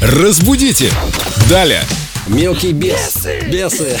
Разбудите! Далее! Мелкий бес. Бесы.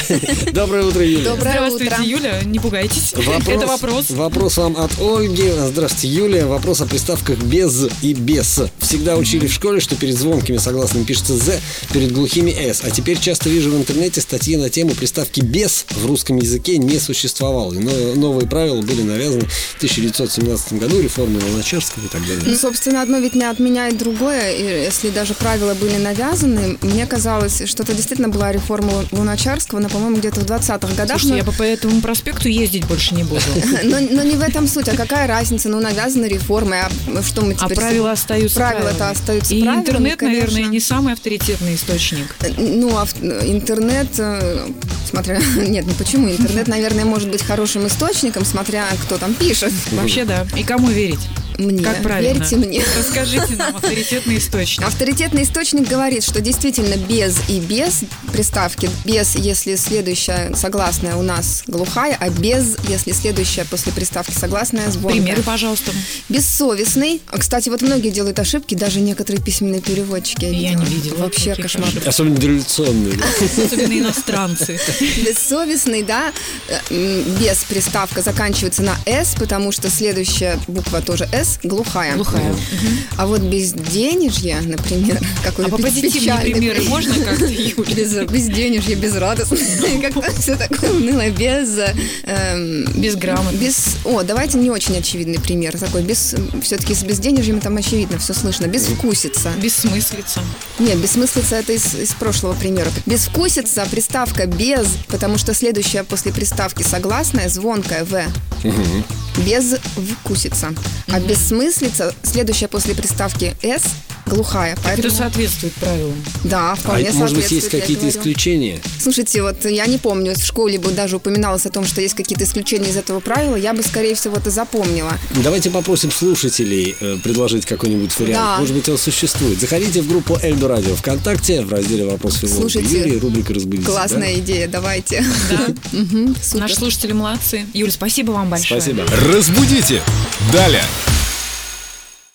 Доброе утро, Юля. Доброе Здравствуйте, утро. Юля, не пугайтесь. Вопрос, Это вопрос. Вопрос вам от Ольги. Здравствуйте, Юлия. Вопрос о приставках без и без. Всегда учили в школе, что перед звонкими согласными пишется з, перед глухими с. А теперь часто вижу в интернете статьи на тему приставки без в русском языке не существовало. И но- новые правила были навязаны в 1917 году реформой Луначарского и так Ну, далее. собственно, одно ведь не отменяет другое. И если даже правила были навязаны, мне казалось, что это действительно была реформа Лу- Луначарского, но, по-моему, где-то в 20-х годах. Слушайте, но- я по, по этому проспекту ездить больше не буду. но, но не в этом суть, а какая разница, ну, навязаны реформы, а что мы А теперь... с- правила остаются Правила-то правилами. остаются И правилами, интернет, наверное, конечно. не самый авторитетный источник. Ну, а в- интернет, э, смотря... Нет, ну почему? Интернет, наверное, может быть хорошим источником, смотря кто там пишет. Вообще, да. И кому верить? Мне. Как правильно? Верьте мне. Расскажите нам авторитетный источник. Авторитетный источник говорит, что действительно без и без приставки, без, если следующая согласная у нас глухая, а без, если следующая после приставки согласная звонкая. Примеры, пожалуйста. Бессовестный. А, Кстати, вот многие делают ошибки, даже некоторые письменные переводчики. Я не видела Вообще таких кошмар. ошибок. Особенно революционные. да. Особенно иностранцы. Бессовестный, да, э, м, без приставка заканчивается на «с», потому что следующая буква тоже «с», глухая. Глухая. А вот безденежье, например, какой А по позитивным примеры можно как-то, Юля? Без, безденежье, безрадостно. Как-то все такое унылое, без... эм, Безграмотно. Без, о, давайте не очень очевидный пример. Такой без... Все-таки с безденежьем там очевидно, все слышно. Безвкусица. Бессмыслица. Нет, бессмыслица это из, из прошлого примера. Безвкусица, приставка без, потому что следующая после приставки согласная, звонкая в. Без вкусица. А бессмыслица, следующая после приставки с, глухая. Это Поэтому, соответствует правилам. да, А вполне это, может быть, есть соответствует, я какие-то говорю. исключения? Слушайте, вот я не помню, в школе бы даже упоминалось о том, что есть какие-то исключения из этого правила, я бы, скорее всего, это запомнила. Давайте попросим слушателей э, предложить какой-нибудь вариант. Да. Может быть, он существует. Заходите в группу Эльдо Радио ВКонтакте в разделе «Вопрос филолога Слушайте, Юрий», рубрика «Разбудите». Классная идея, давайте. Да. Мгм, супер. Наши слушатели молодцы. Юль, спасибо вам да? большое. Спасибо. Разбудите! Далее!